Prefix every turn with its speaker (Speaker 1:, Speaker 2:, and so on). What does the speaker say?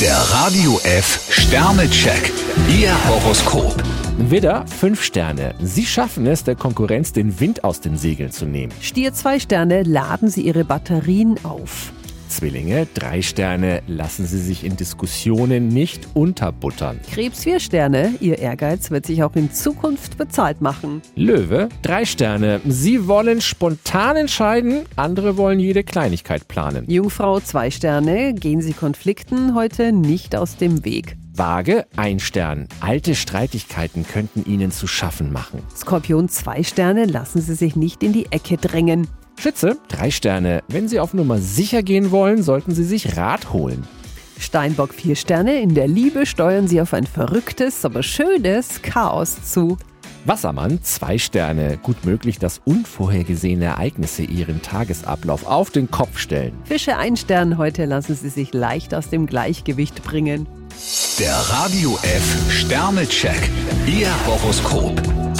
Speaker 1: Der Radio F Sternecheck. Ihr Horoskop.
Speaker 2: Widder, 5 Sterne. Sie schaffen es, der Konkurrenz den Wind aus den Segeln zu nehmen.
Speaker 3: Stier zwei Sterne, laden Sie Ihre Batterien auf.
Speaker 2: Zwillinge, 3 Sterne. Lassen Sie sich in Diskussionen nicht unterbuttern.
Speaker 3: Krebs vier Sterne, Ihr Ehrgeiz wird sich auch in Zukunft bezahlt machen.
Speaker 2: Löwe, 3 Sterne. Sie wollen spontan entscheiden, andere wollen jede Kleinigkeit planen.
Speaker 3: Jungfrau zwei Sterne, gehen Sie Konflikten heute nicht aus dem Weg.
Speaker 2: Waage, 1 Stern. Alte Streitigkeiten könnten Ihnen zu schaffen machen.
Speaker 3: Skorpion zwei Sterne, lassen Sie sich nicht in die Ecke drängen.
Speaker 2: Schütze, 3 Sterne. Wenn Sie auf Nummer sicher gehen wollen, sollten Sie sich Rat holen.
Speaker 3: Steinbock vier Sterne, in der Liebe steuern Sie auf ein verrücktes, aber schönes Chaos zu.
Speaker 2: Wassermann, zwei Sterne. Gut möglich, dass unvorhergesehene Ereignisse ihren Tagesablauf auf den Kopf stellen.
Speaker 3: Fische ein Stern, heute lassen Sie sich leicht aus dem Gleichgewicht bringen.
Speaker 1: Der Radio F Sternecheck. Ihr Horoskop.